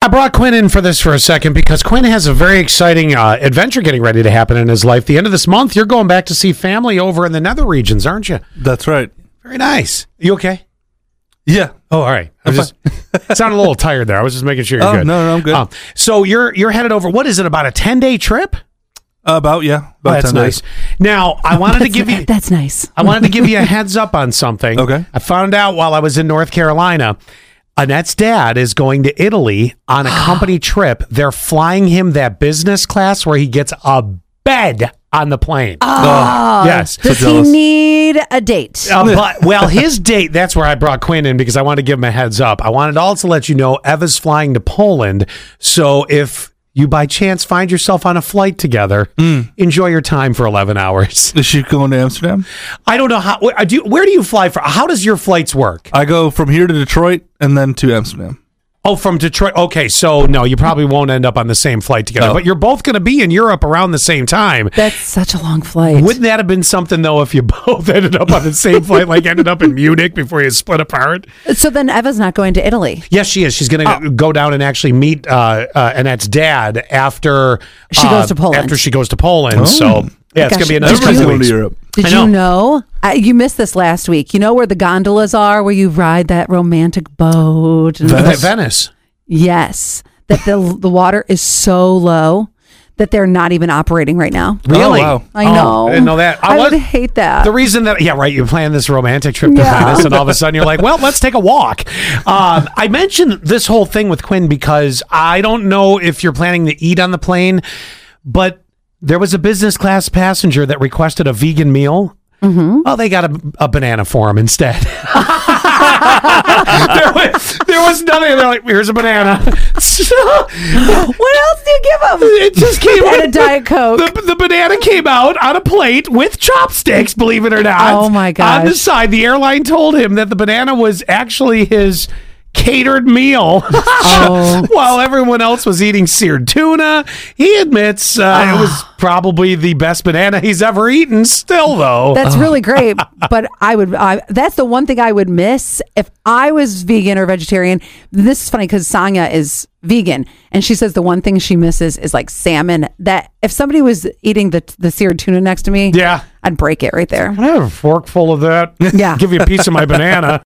I brought Quinn in for this for a second because Quinn has a very exciting uh, adventure getting ready to happen in his life. The end of this month, you're going back to see family over in the nether regions, aren't you? That's right. Very nice. You okay? Yeah. Oh, all right. I just sounded a little tired there. I was just making sure you're Oh, good. no, no, I'm good. Um, so you're you're headed over. What is it? About a ten day trip? About yeah. About Oh, that's 10 days. nice. Now I wanted to give you. That's nice. I wanted to give you a heads up on something. Okay. I found out while I was in North Carolina, Annette's dad is going to Italy on a company trip. They're flying him that business class where he gets a bed on the plane. Oh, yes. Does jealous. he need a date? Uh, but well, his date. That's where I brought Quinn in because I wanted to give him a heads up. I wanted to also let you know Eva's flying to Poland, so if you by chance find yourself on a flight together, Mm. enjoy your time for eleven hours. Is she going to Amsterdam? I don't know how. Where do you, where do you fly from? How does your flights work? I go from here to Detroit and then to Amsterdam. Oh, from Detroit. Okay, so no, you probably won't end up on the same flight together, No. but you're both going to be in Europe around the same time. That's such a long flight. Wouldn't that have been something though if you both ended up on the same flight, like ended up in Munich before you split apart? Oh. so then Eva's not going to Italy. Yes, she is. She's going to go down and actually meet uh, uh, Annette's dad after She uh, goes to Poland. After she goes to Poland, so yeah, it's Gosh, going to be another Did Everybody's two you- going to weeks. Europe. Did I know. you know? I, you missed this last week. You know where the gondolas are, where you ride that romantic boat. and- Venice. Venice. yes, that the the water is so low that they're not even operating right now. Really? wow. I Oh, know. I didn't know that. I I, was- would hate that. The reason that, yeah, right, you plan this romantic trip to Uh, Yeah. Venice, and all of a sudden you're like, well, let's take a walk. Um, I mentioned this whole thing with Quinn because I don't know if you're planning to eat on the plane, but there was a business class passenger that requested a vegan meal. Mm-hmm. Oh, they got a, a banana for him instead. there, was, there was nothing. They're like, here's a banana. what else do you give them? it just came And a with- Diet Coke. The, the banana came out on a plate with chopsticks, believe it or not. Oh, my On the gosh. side, the airline told him that the banana was actually his catered meal Oh. while everyone else was eating seared tuna. He admits uh, it was Ah. probably the best banana he's ever eaten, still, though. That's really great, but I would. I, that's the one thing I would miss if I was vegan or vegetarian. This is funny because Sonya is vegan, and she says the one thing she misses is like salmon. That if somebody was eating the the seared tuna next to me, Yeah. I'd break it right there. Can I have a forkful of that? Yeah. Give you a piece of my banana.